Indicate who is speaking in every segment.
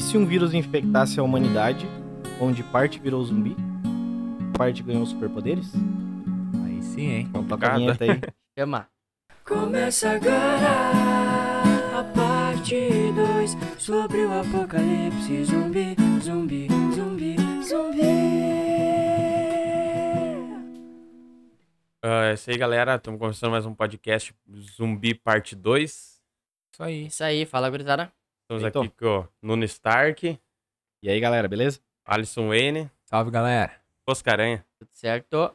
Speaker 1: se um vírus infectasse a humanidade, onde parte virou zumbi, parte ganhou superpoderes?
Speaker 2: Aí sim, hein?
Speaker 1: Então toca a
Speaker 2: Complicado.
Speaker 1: vinheta aí.
Speaker 3: Chama.
Speaker 4: Começa agora a parte 2 sobre o apocalipse zumbi, zumbi, zumbi, zumbi.
Speaker 2: Ah, é isso aí, galera. Estamos começando mais um podcast Zumbi Parte 2. Isso aí.
Speaker 3: Isso aí, fala gurizada.
Speaker 2: Estamos
Speaker 1: Então.
Speaker 2: aqui com o Nuno Stark,
Speaker 1: E aí, galera, beleza?
Speaker 2: Alisson Wayne,
Speaker 5: Salve, galera.
Speaker 2: Oscar Aranha.
Speaker 3: Tudo certo?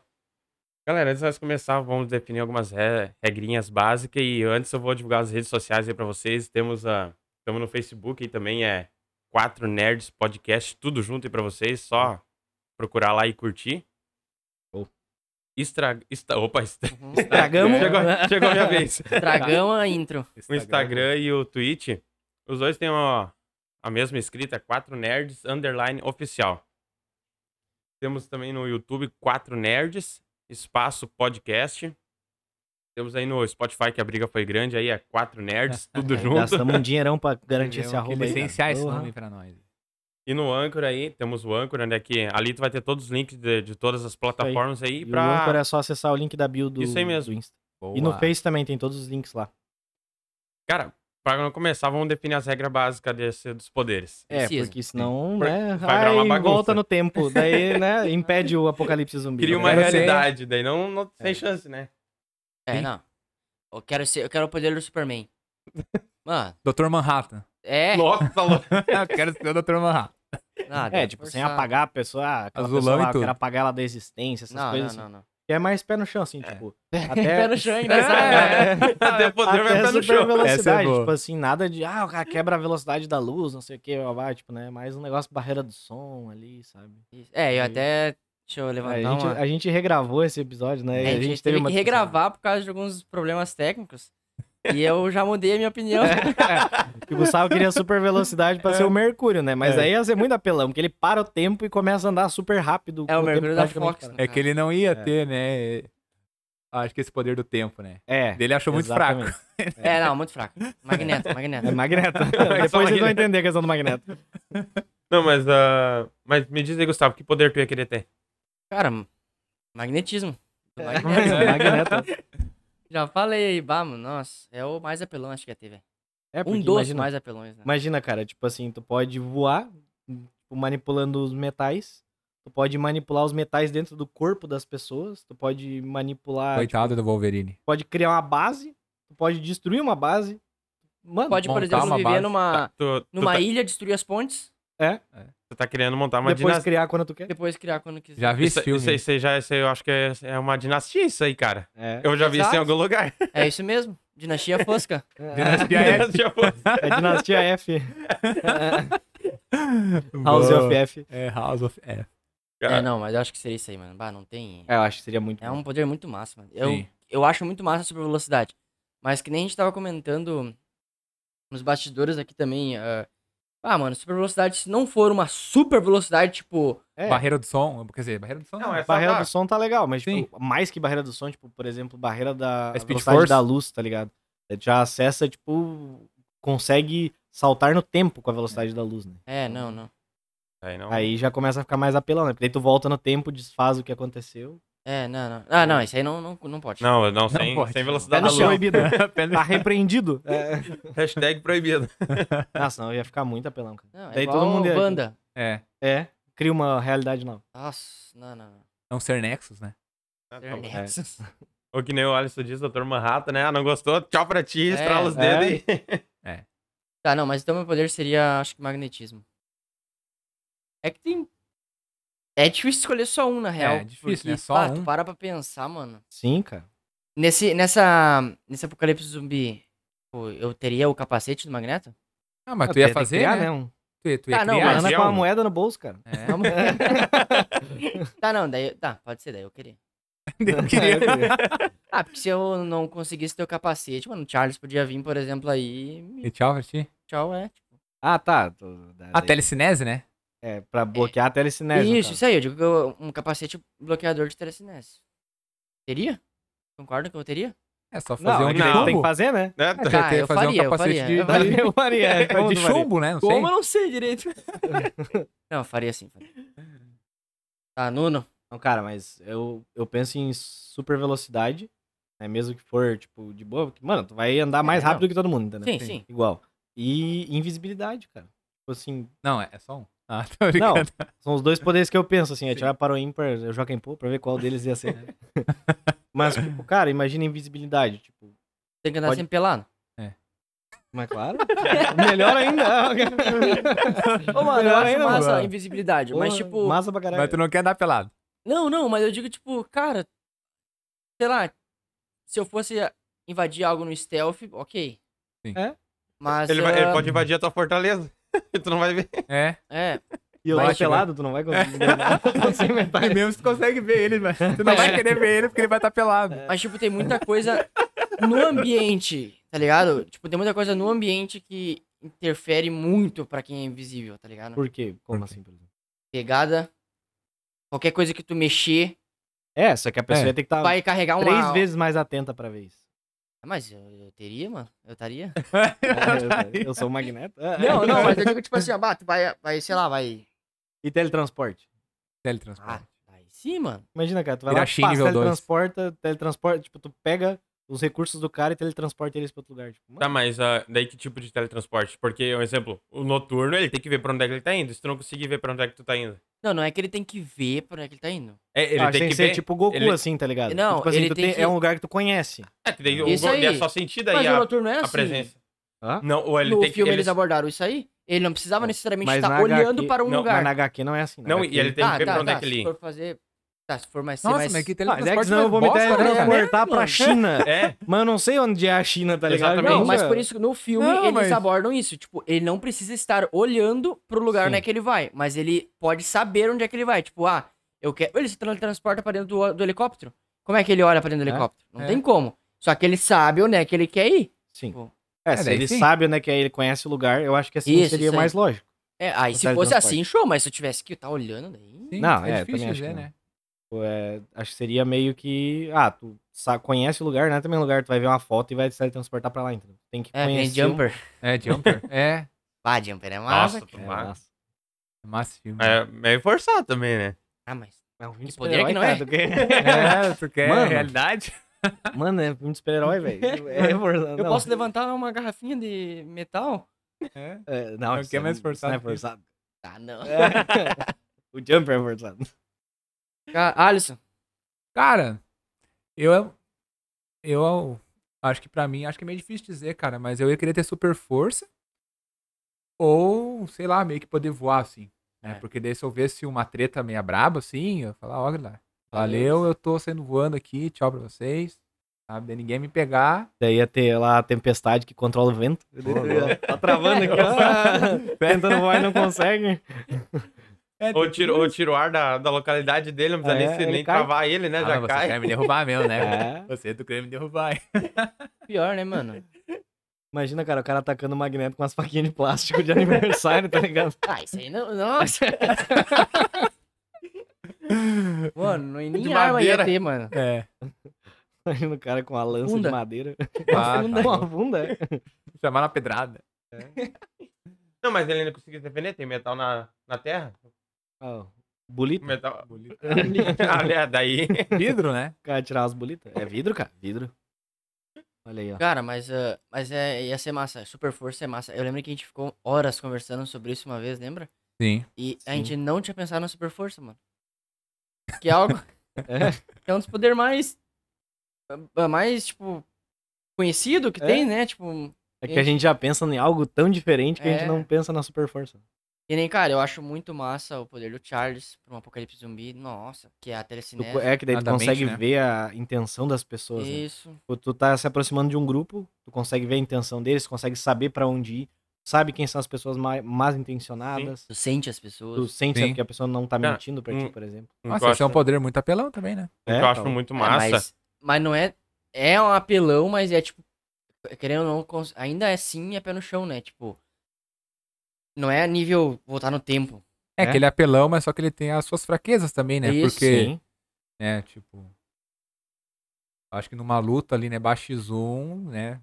Speaker 2: Galera, antes de nós começar, vamos definir algumas re- regrinhas básicas. E antes eu vou divulgar as redes sociais aí pra vocês. Temos a. Estamos no Facebook e também é 4 Nerds Podcast, tudo junto aí pra vocês. Só procurar lá e curtir.
Speaker 1: Show.
Speaker 2: Estra... Esta... Opa, estra...
Speaker 3: Uhum.
Speaker 1: Estragamos.
Speaker 2: chegou, chegou a minha vez.
Speaker 3: Dragão a intro.
Speaker 2: o Instagram e o Twitch. Os dois têm uma- a mesma escrita, 4 Nerds Underline Oficial. Temos também no YouTube 4 Nerds, espaço podcast. Temos aí no Spotify que a briga foi grande, aí é 4 Nerds, tudo junto.
Speaker 1: Gastamos um dinheirão pra garantir esse arroba aí. cara.
Speaker 5: licenciar é esse
Speaker 1: Porra.
Speaker 3: né?
Speaker 5: nome pra nós.
Speaker 2: E no Anchor aí, temos o Anchor, né, que ali tu vai ter todos os links de, de todas as plataformas aí,
Speaker 1: E
Speaker 2: pra...
Speaker 1: o Anchor é só acessar o link da bio do,
Speaker 2: Isso aí mesmo.
Speaker 1: do Insta.
Speaker 5: Boa.
Speaker 1: E no Face também tem todos os links lá.
Speaker 2: Cara, pra não começar, vamos definir as regras básicas desse, dos poderes.
Speaker 1: É,
Speaker 3: Precisa.
Speaker 1: porque senão,
Speaker 2: Pra-
Speaker 1: né,
Speaker 2: vai virar uma
Speaker 1: ai,
Speaker 2: bagunça.
Speaker 1: volta no tempo. Daí, né, impede o apocalipse zumbi. Né?
Speaker 2: Cria uma
Speaker 1: Agora você-
Speaker 2: realidade, daí não, não tem chance, né?
Speaker 3: É, não. Eu quero ser, eu quero o poder do Superman. Mano,
Speaker 5: Dr. Manhattan.
Speaker 3: é.
Speaker 2: Nossa, tá louco.
Speaker 5: Eu quero ser o Dr. Manhattan.
Speaker 3: Nada,
Speaker 1: É, tipo, sem
Speaker 3: forçar.
Speaker 1: apagar a pessoa, ah, aquela
Speaker 5: Azulão
Speaker 1: pessoa
Speaker 5: e
Speaker 1: lá, eu
Speaker 5: tudo.
Speaker 1: quero apagar ela da existência, essas
Speaker 3: Não,
Speaker 1: coisas
Speaker 3: não, não,
Speaker 1: assim.
Speaker 3: não.
Speaker 1: Que é mais pé no chão, assim, tipo, até...
Speaker 3: Pé no chão, é engraçado.
Speaker 1: É, é.
Speaker 2: Até poder
Speaker 1: Até
Speaker 2: vai ficar
Speaker 1: super
Speaker 2: no chão.
Speaker 5: Essa é
Speaker 1: velocidade,
Speaker 5: boa.
Speaker 1: tipo assim, nada de, ah, o cara quebra a velocidade da luz, não sei o que, blá, blá, tipo, né, mais um negócio barreira do som ali, sabe?
Speaker 3: Isso. É, eu até. Deixa eu
Speaker 1: A
Speaker 3: levantar
Speaker 1: gente, é,
Speaker 3: uma.
Speaker 1: a gente regravou esse episódio, né?
Speaker 3: É,
Speaker 1: e
Speaker 3: a, gente teve,
Speaker 1: uma
Speaker 3: que
Speaker 1: discussão.
Speaker 3: regravar por causa de alguns problemas técnicos. e eu já mudei a minha opinião.
Speaker 1: É, Que Tipo, o Gustavo queria super velocidade pra ser o Mercúrio, né? Mas
Speaker 5: É.
Speaker 1: aí ia ser muito apelão, porque ele para o tempo e começa a andar super rápido.
Speaker 3: É o
Speaker 1: tempo
Speaker 3: Mercúrio da
Speaker 1: praticamente
Speaker 3: Fox.
Speaker 1: parado.
Speaker 3: né,
Speaker 5: É
Speaker 3: cara?
Speaker 5: que ele não ia
Speaker 1: É.
Speaker 5: ter, né? Acho que esse poder do tempo, né?
Speaker 1: É.
Speaker 5: Ele achou muito fraco.
Speaker 1: exatamente.
Speaker 3: É, não, muito fraco. Magneto, magneto.
Speaker 1: É magneto.
Speaker 2: É
Speaker 1: Depois
Speaker 2: só
Speaker 1: vocês vão
Speaker 2: magneto.
Speaker 1: entender a questão do magneto.
Speaker 2: Não, mas, ah, mas me diz aí, Gustavo, que poder tu ia querer ter?
Speaker 3: Cara, magnetismo.
Speaker 1: É, magneto.
Speaker 3: Já falei aí, bah, mano, nossa, é o mais apelão, acho que ia ter, velho.
Speaker 1: É porque
Speaker 3: um dos
Speaker 1: imagina,
Speaker 3: mais apelões, né?
Speaker 1: imagina, cara, tipo assim, tu pode voar tipo, manipulando os metais. Tu pode manipular os metais dentro do corpo das pessoas. Tu pode manipular. tipo,
Speaker 5: Coitado do Wolverine.
Speaker 1: tu pode criar uma base. Tu pode destruir uma base. Mano,
Speaker 3: Pode, por
Speaker 5: montar
Speaker 3: exemplo,
Speaker 5: uma
Speaker 3: viver
Speaker 5: base.
Speaker 3: numa,
Speaker 2: Tu, tu,
Speaker 3: numa
Speaker 2: tá,
Speaker 3: ilha, destruir as pontes,
Speaker 2: tu tá querendo montar uma
Speaker 1: depois
Speaker 2: dinastia.
Speaker 1: criar quando tu quer.
Speaker 3: depois criar quando quiser.
Speaker 5: Já vi
Speaker 2: Isso,
Speaker 5: esse filme.
Speaker 2: isso aí, isso aí já, isso aí eu acho que é, é uma dinastia isso aí, cara.
Speaker 1: É.
Speaker 2: Eu já vi isso em
Speaker 3: Exato.
Speaker 2: algum lugar.
Speaker 3: É isso mesmo. Dinastia Fosca.
Speaker 5: Dinastia F.
Speaker 2: Já foi.
Speaker 1: É Dinastia F. House of F.
Speaker 5: É, House of F.
Speaker 3: é,
Speaker 2: Cara,
Speaker 3: não, mas eu acho que seria isso aí, mano. Bah, não tem.
Speaker 1: É, eu acho que seria muito.
Speaker 3: É um poder muito massa, mano. Eu,
Speaker 5: Sim.
Speaker 3: eu acho muito massa a super velocidade. Mas que nem a gente tava comentando nos bastidores aqui também. ah, ah, mano, super velocidade, se não for uma super velocidade, tipo.
Speaker 1: É.
Speaker 5: Barreira do som. Quer dizer, barreira do som não.
Speaker 2: Não, é só
Speaker 1: Barreira
Speaker 2: tá-
Speaker 1: do som tá legal, mas tipo,
Speaker 5: Sim.
Speaker 1: mais que barreira do som, tipo, por exemplo, barreira da
Speaker 5: É Speed
Speaker 1: velocidade
Speaker 5: Force?
Speaker 1: da luz, tá ligado? Você já acessa, tipo, consegue saltar no tempo com a velocidade da luz, né?
Speaker 3: É, não, não.
Speaker 2: Aí
Speaker 5: Então
Speaker 2: não.
Speaker 1: Aí já começa a ficar mais apelão, né? Porque daí tu volta no tempo, desfaz o que aconteceu.
Speaker 3: É, não, não. Ah, não, isso aí não, não, não pode.
Speaker 2: Não, não, sem,
Speaker 5: pode.
Speaker 2: sem
Speaker 1: Tá
Speaker 2: velocidade
Speaker 5: É
Speaker 1: no
Speaker 2: da luz.
Speaker 1: proibido. tá repreendido. É.
Speaker 2: Hashtag proibido.
Speaker 1: Nossa, não, ia ficar muito apelão, cara.
Speaker 3: Não, é
Speaker 1: Daí
Speaker 3: igual
Speaker 1: todo mundo ia-
Speaker 3: Banda.
Speaker 5: É.
Speaker 1: É, cria uma realidade nova.
Speaker 3: Nossa, não, não, não.
Speaker 5: Não ser Nexus, né?
Speaker 2: É.
Speaker 3: Nexus.
Speaker 2: Ou que nem o Alisson diz, doutor Manhattan, né? Ah, não gostou? Tchau pra ti,
Speaker 3: É,
Speaker 2: estrala os
Speaker 1: é.
Speaker 2: dedos aí.
Speaker 3: Tá, não, mas então meu poder seria, acho que magnetismo. É que tem. É difícil escolher só um, na real.
Speaker 5: difícil, né? Só
Speaker 3: pá,
Speaker 5: um.
Speaker 3: Tu para pra pensar, mano.
Speaker 1: Sim, cara.
Speaker 3: Nesse, nessa, nesse apocalipse zumbi, pô, eu teria o capacete do Magneto?
Speaker 5: Ah, mas
Speaker 1: Ah,
Speaker 5: tu ia
Speaker 1: tem que
Speaker 5: fazer,
Speaker 1: criar,
Speaker 5: né?
Speaker 1: né? Um...
Speaker 5: Tu ia, tu ia
Speaker 3: Ah, não,
Speaker 5: criar.
Speaker 3: mas-
Speaker 1: Ana
Speaker 2: é
Speaker 1: com uma
Speaker 2: um-
Speaker 1: moeda no bolso, cara.
Speaker 5: É.
Speaker 3: Vamos- tá, não, daí. Tá, pode ser, daí eu queria.
Speaker 5: Eu queria-
Speaker 3: Ah, porque se eu não conseguisse ter o capacete, mano, o Charles podia vir, por exemplo, aí. e
Speaker 5: E tchau pra ti.
Speaker 3: Tchau, é.
Speaker 1: ah, tá. Tu-
Speaker 5: A telecinese, né?
Speaker 1: É, pra bloquear a telecinese. no
Speaker 3: isso,
Speaker 1: caso.
Speaker 3: isso aí, eu digo que eu- um capacete bloqueador de telecinese. Teria? Concorda que eu teria?
Speaker 5: É só
Speaker 1: Não,
Speaker 5: fazer um
Speaker 1: é
Speaker 5: de
Speaker 1: que daí tu tem que
Speaker 5: chumbo.
Speaker 1: fazer, né?
Speaker 2: Né?
Speaker 5: É,
Speaker 3: Tá,
Speaker 5: tem que fazer
Speaker 3: eu faria, eu
Speaker 5: um capacete
Speaker 3: faria,
Speaker 5: de,
Speaker 3: eu
Speaker 5: de-
Speaker 1: Maria, Maria, É
Speaker 5: de
Speaker 1: como tu faria?
Speaker 5: chumbo, né? Não sei.
Speaker 3: Como eu não sei direito. não, faria sim. Faria. Tá, Nuno.
Speaker 1: Não, cara, mas eu, eu penso em super velocidade, né? Mesmo que for, tipo, de boa, porque, mano, tu vai andar mais
Speaker 3: É, não.
Speaker 1: rápido que todo mundo, entendeu?
Speaker 3: Sim, sim.
Speaker 1: Igual. E invisibilidade, cara. Tipo assim,
Speaker 5: Não, é é só um. Ah, tô
Speaker 1: não,
Speaker 5: brincando.
Speaker 1: são os dois poderes que eu penso, assim, atirar para o ímpar, eu jogo em pô pra ver qual deles ia ser. Mas, tipo, cara, imagina invisibilidade, tipo,
Speaker 3: Tem que andar
Speaker 1: Pode-
Speaker 3: sempre pelado.
Speaker 1: mas claro, melhor ainda.
Speaker 3: Ô, mano, eu
Speaker 1: Melhor
Speaker 3: acho
Speaker 1: ainda,
Speaker 3: massa
Speaker 1: mano.
Speaker 3: a invisibilidade. Mas,
Speaker 1: Porra,
Speaker 3: tipo.
Speaker 1: massa pra caralho.
Speaker 5: Mas tu não quer andar pelado.
Speaker 3: Não, não, mas eu digo, tipo, cara. Sei lá. Se eu fosse invadir algo no stealth, ok.
Speaker 5: Sim.
Speaker 1: É.
Speaker 3: Mas.
Speaker 2: Ele, vai- ele
Speaker 3: ah,
Speaker 2: pode invadir a tua fortaleza. E tu não vai ver.
Speaker 5: É.
Speaker 3: É.
Speaker 1: E eu
Speaker 5: Vai,
Speaker 1: lá
Speaker 2: né?
Speaker 5: tipo-
Speaker 1: pelado, tu não vai conseguir.
Speaker 2: É.
Speaker 1: Não sei inventar.
Speaker 5: Aí mesmo tu consegue ver ele, mas é. tu não vai querer ver ele porque ele vai estar pelado.
Speaker 3: Mas, tipo, tem muita coisa no ambiente, tá ligado? Tipo, tem muita coisa no ambiente que interfere muito pra quem é invisível, tá ligado?
Speaker 1: Por quê? Como
Speaker 5: Por quê?
Speaker 1: assim, por exemplo?
Speaker 3: Pegada. Qualquer coisa que tu mexer
Speaker 1: É, só que a pessoa
Speaker 5: É.
Speaker 1: ia ter que estar
Speaker 3: vai um carregar uma.
Speaker 1: três vezes mais atenta pra ver isso.
Speaker 3: Ah, Mas eu, eu teria, mano. Eu estaria.
Speaker 1: É, eu- eu sou o magneto. É, é.
Speaker 3: Não, não, mas eu digo tipo assim, ó, bah, tu vai, vai, sei lá, vai.
Speaker 1: E teletransporte.
Speaker 5: Teletransporte.
Speaker 3: Aí sim, mano.
Speaker 1: Imagina, cara, tu vai
Speaker 5: Virar
Speaker 1: lá,
Speaker 5: Shin
Speaker 1: passa,
Speaker 5: nível dois.
Speaker 1: teletransporta, teletransporta, tipo, tu pega os recursos do cara e teletransporta eles pra outro lugar. Tipo,
Speaker 2: Tá, mas ah, daí que tipo de teletransporte? Porque, um exemplo, o noturno ele tem que ver pra onde é que ele tá indo. Se tu não conseguir ver pra onde é que tu tá indo.
Speaker 3: Não, não é que ele tem que ver pra onde é que ele tá indo.
Speaker 2: É, ele
Speaker 1: ah,
Speaker 2: tem que
Speaker 1: ser
Speaker 2: ver.
Speaker 1: tipo Goku,
Speaker 2: ele-
Speaker 1: assim, tá ligado?
Speaker 3: Não,
Speaker 1: tipo assim,
Speaker 3: ele
Speaker 1: tu
Speaker 3: tem que-
Speaker 1: é um lugar que tu conhece.
Speaker 2: É, que daí o
Speaker 3: Isso
Speaker 2: gol-
Speaker 3: aí.
Speaker 2: é só sentido
Speaker 3: mas
Speaker 2: aí
Speaker 3: o
Speaker 2: a,
Speaker 3: noturno é
Speaker 2: a
Speaker 3: assim.
Speaker 2: presença.
Speaker 1: Hã?
Speaker 2: Não, ou ele
Speaker 3: no
Speaker 2: tem que.
Speaker 3: filme
Speaker 2: ele-
Speaker 3: eles abordaram isso aí. Ele não precisava necessariamente
Speaker 1: Mas
Speaker 3: estar
Speaker 1: na
Speaker 3: olhando
Speaker 1: HQ
Speaker 3: para um
Speaker 2: não,
Speaker 1: Mas
Speaker 3: lugar.
Speaker 1: na HQ não é assim. na
Speaker 2: Não,
Speaker 1: HQ
Speaker 2: e ele tem que
Speaker 3: Tá,
Speaker 2: ver
Speaker 3: tá,
Speaker 2: pra onde é
Speaker 3: tá,
Speaker 2: que
Speaker 3: Se
Speaker 2: ele.
Speaker 3: for fazer. Tá, se for mais ser
Speaker 5: Nossa,
Speaker 3: mais.
Speaker 5: mas que
Speaker 1: Ah, mas é
Speaker 5: teletransporte
Speaker 1: que senão eu vou me
Speaker 5: mais bosta, né?
Speaker 1: teletransportar
Speaker 3: né,
Speaker 1: pra
Speaker 3: mano?
Speaker 1: China.
Speaker 2: É,
Speaker 1: Mas eu não sei onde é a China, tá ligado?
Speaker 2: Exatamente.
Speaker 3: Não,
Speaker 2: Não,
Speaker 3: mas por isso que no filme
Speaker 5: Não,
Speaker 3: eles
Speaker 5: mas-
Speaker 3: abordam isso. Tipo, ele não precisa estar olhando pro lugar
Speaker 1: Sim.
Speaker 3: onde é que ele vai. Mas ele pode saber onde é que ele vai. Tipo, ah, eu quero. Ele se transporta pra dentro do, do helicóptero. Como é que ele olha pra dentro do
Speaker 1: É,
Speaker 3: helicóptero? Não
Speaker 5: é.
Speaker 3: tem como. Só que ele sabe onde é que ele quer ir.
Speaker 1: Sim.
Speaker 3: Tipo,
Speaker 1: É,
Speaker 5: é,
Speaker 1: se
Speaker 5: daí
Speaker 1: ele
Speaker 5: sim.
Speaker 1: sabe onde é que é, ele conhece o lugar, eu acho que assim
Speaker 3: Isso,
Speaker 1: seria
Speaker 3: isso aí.
Speaker 1: mais lógico.
Speaker 3: É, aí
Speaker 1: O
Speaker 3: se fosse
Speaker 1: teletransporte.
Speaker 3: assim, show, mas se eu tivesse que estar olhando daí.
Speaker 5: Sim,
Speaker 1: Não, é,
Speaker 5: difícil
Speaker 1: também acho
Speaker 5: dizer,
Speaker 1: que não.
Speaker 5: né?
Speaker 1: Tipo, é, acho que seria meio que. Ah, tu sa- conhece o lugar, né? Também o lugar, tu vai ver uma foto e vai se transportar pra lá, entendeu? Tem que
Speaker 3: É, tem
Speaker 1: conhecer. um-
Speaker 3: jumper.
Speaker 5: É, Jumper. é,
Speaker 3: Pá, jumper é massa.
Speaker 2: nossa, tu
Speaker 1: É,
Speaker 2: vai.
Speaker 1: nossa.
Speaker 5: massa esse filme. né?
Speaker 2: É meio forçado também, né?
Speaker 3: Ah, mas.
Speaker 1: É um filme de
Speaker 3: Que poder
Speaker 1: super-herói,
Speaker 3: que não
Speaker 1: cara,
Speaker 3: é.
Speaker 1: tu quer-
Speaker 5: É, tu quer
Speaker 1: Mano.
Speaker 5: realidade?
Speaker 1: Mano, é filme de super-herói, velho. É,
Speaker 3: Eu posso levantar uma garrafinha de metal?
Speaker 5: É.
Speaker 1: É, não,
Speaker 5: Não
Speaker 1: isso
Speaker 5: quer
Speaker 1: é-
Speaker 5: mais
Speaker 1: isso
Speaker 5: forçado
Speaker 1: Não é
Speaker 5: que isso.
Speaker 1: forçado.
Speaker 3: Ah, não.
Speaker 1: É. o Jumper é forçado.
Speaker 3: Ca- Ah, Alisson.
Speaker 5: Cara, eu. Eu acho que pra mim, acho que é meio difícil dizer, cara, mas eu ia querer ter super força. Ou, sei lá, meio que poder voar, assim. né?
Speaker 3: É.
Speaker 5: Porque daí se eu visse uma treta meia braba, assim, eu ia falar, olha lá. Valeu, eu tô saindo voando aqui, tchau pra vocês. Sabe? Daí ninguém me pegar.
Speaker 1: Daí ia ter lá a tempestade que controla o vento. tá travando aqui, ó. Tentando voar e não consegue.
Speaker 5: É,
Speaker 2: Ou tira, ou tira o ar da, da localidade dele, não precisa
Speaker 1: É,
Speaker 2: nem, se-
Speaker 1: ele
Speaker 2: nem
Speaker 1: cai.
Speaker 2: travar ele, né?
Speaker 5: Ah,
Speaker 2: Já
Speaker 5: mas você
Speaker 2: cai.
Speaker 5: quer me derrubar mesmo, né?
Speaker 1: É.
Speaker 5: Você tu quer me derrubar. hein?
Speaker 3: Pior, né, mano?
Speaker 1: Imagina, cara, o cara atacando o magneto com as faquinhas de plástico de aniversário, tá ligado?
Speaker 3: Ah, isso aí não. Nossa! mano, não, nem
Speaker 5: De
Speaker 3: arma ia
Speaker 5: madeira.
Speaker 3: ter, mano.
Speaker 5: É.
Speaker 1: Imagina o cara com a lança
Speaker 3: Funda.
Speaker 1: de madeira.
Speaker 5: Ah, tá
Speaker 1: Uma
Speaker 5: bom.
Speaker 1: funda, é.
Speaker 5: Chamar na pedrada.
Speaker 2: Não, mas ele ainda conseguiu se defender, tem metal na, na terra.
Speaker 1: Ó, Bolita.
Speaker 2: Metal. Ali, é, daí.
Speaker 5: Vidro, né?
Speaker 1: O cara tirar as bolitas. É vidro, cara? Vidro. Olha aí, ó.
Speaker 3: Cara, mas, ah, mas é, ia ser massa. Super força é massa. Eu lembro que a gente ficou horas conversando sobre isso uma vez, lembra?
Speaker 5: Sim.
Speaker 3: E a
Speaker 1: Sim.
Speaker 3: gente não tinha pensado na super força, mano. Que é algo. que é um dos poderes mais. ah, Mais, tipo. Conhecido que
Speaker 1: É.
Speaker 3: tem, né? Tipo.
Speaker 1: É que a gente já pensa em algo tão diferente que a
Speaker 3: É.
Speaker 1: gente não pensa na super força.
Speaker 3: E nem, cara, eu acho muito massa o poder do Charles pra um apocalipse zumbi. Nossa, que é a
Speaker 1: Tu-
Speaker 3: telecinese.
Speaker 1: é que daí tu
Speaker 5: Ah, da mente,
Speaker 1: consegue
Speaker 5: né?
Speaker 1: ver a intenção das pessoas. Né?
Speaker 3: Isso.
Speaker 1: Tipo, Tu tá se aproximando de um grupo, tu consegue ver a intenção deles, consegue saber pra onde ir, sabe quem são as pessoas mais, más intencionadas.
Speaker 3: Tu sente as
Speaker 1: Tu
Speaker 3: pessoas.
Speaker 1: sente
Speaker 5: Sim.
Speaker 1: que a pessoa não tá
Speaker 2: Cara,
Speaker 1: mentindo pra ti,
Speaker 2: um-
Speaker 1: por exemplo.
Speaker 5: Nossa, esse é um poder muito apelão também, né?
Speaker 2: O que eu acho
Speaker 1: então.
Speaker 2: muito
Speaker 3: É,
Speaker 2: massa.
Speaker 3: mas, mas não é. É um apelão, mas é tipo. Querendo ou não, cons- ainda é sim é pé no chão, né? Tipo. Não é nível voltar no tempo.
Speaker 5: É,
Speaker 1: É.
Speaker 5: que ele é apelão, mas só É que ele tem as suas fraquezas também, né?
Speaker 3: Isso.
Speaker 5: Porque,
Speaker 1: Sim.
Speaker 5: né, tipo... Acho que numa luta ali, né? Baixo X1, né?